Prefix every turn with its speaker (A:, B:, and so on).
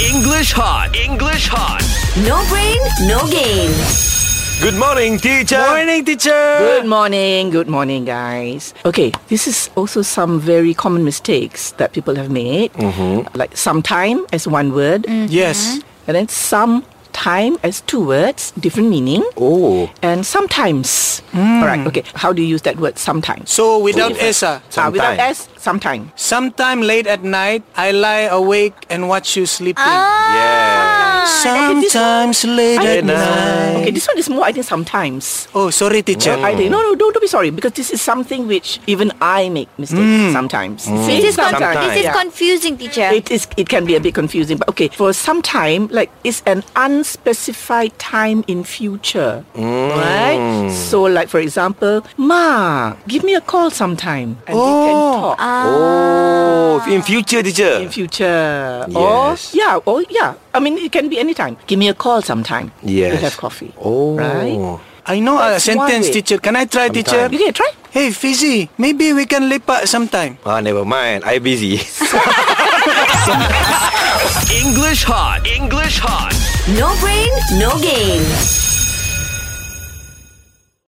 A: English hot. English hot.
B: No brain, no game.
C: Good morning, teacher.
D: Morning, teacher.
E: Good morning, good morning, guys. Okay, this is also some very common mistakes that people have made, like sometime as one word,
B: Mm.
D: Yes.
E: and then some time as two words, different meaning,
C: Oh,
E: and sometimes.
B: Mm.
E: All right, okay. How do you use that word sometimes?
D: So without Esa,
E: Ah, without
C: sometime.
E: S, sometime.
D: sometime late at night, I lie awake and watch you sleeping.
E: Ah,
C: yeah.
D: Sometimes late at
E: I think this-
D: night.
E: Okay, this one is more, I think, sometimes.
D: Oh, sorry, teacher.
E: I think, no, no, don't, don't be sorry because this is something which even I make mistakes sometimes. See,
B: This is, con-
E: sometimes,
B: this is
E: yeah.
B: confusing, teacher.
E: It is. It can be a bit confusing, but okay. For some time, like it's an unspecified time in future,
C: Mm.
E: right? So, like for example, Ma, give me a call sometime, and we can talk
C: Ah. Oh, in future, teacher.
E: in future.
C: Yes.
E: Or yeah, or yeah. I mean, it can be any time. Give me a call sometime.
C: Yes.
E: We'll have coffee.
C: oh,
E: right.
D: I know a
E: That's one
D: sentence,
E: way.
D: teacher. Can I try, teacher?
C: Sometime.
E: You can try.
D: Hey, Fizzy, maybe we can lepak sometime.
C: Ah, never mind. I busy.
A: English hot. English hot.
B: No brain, no game.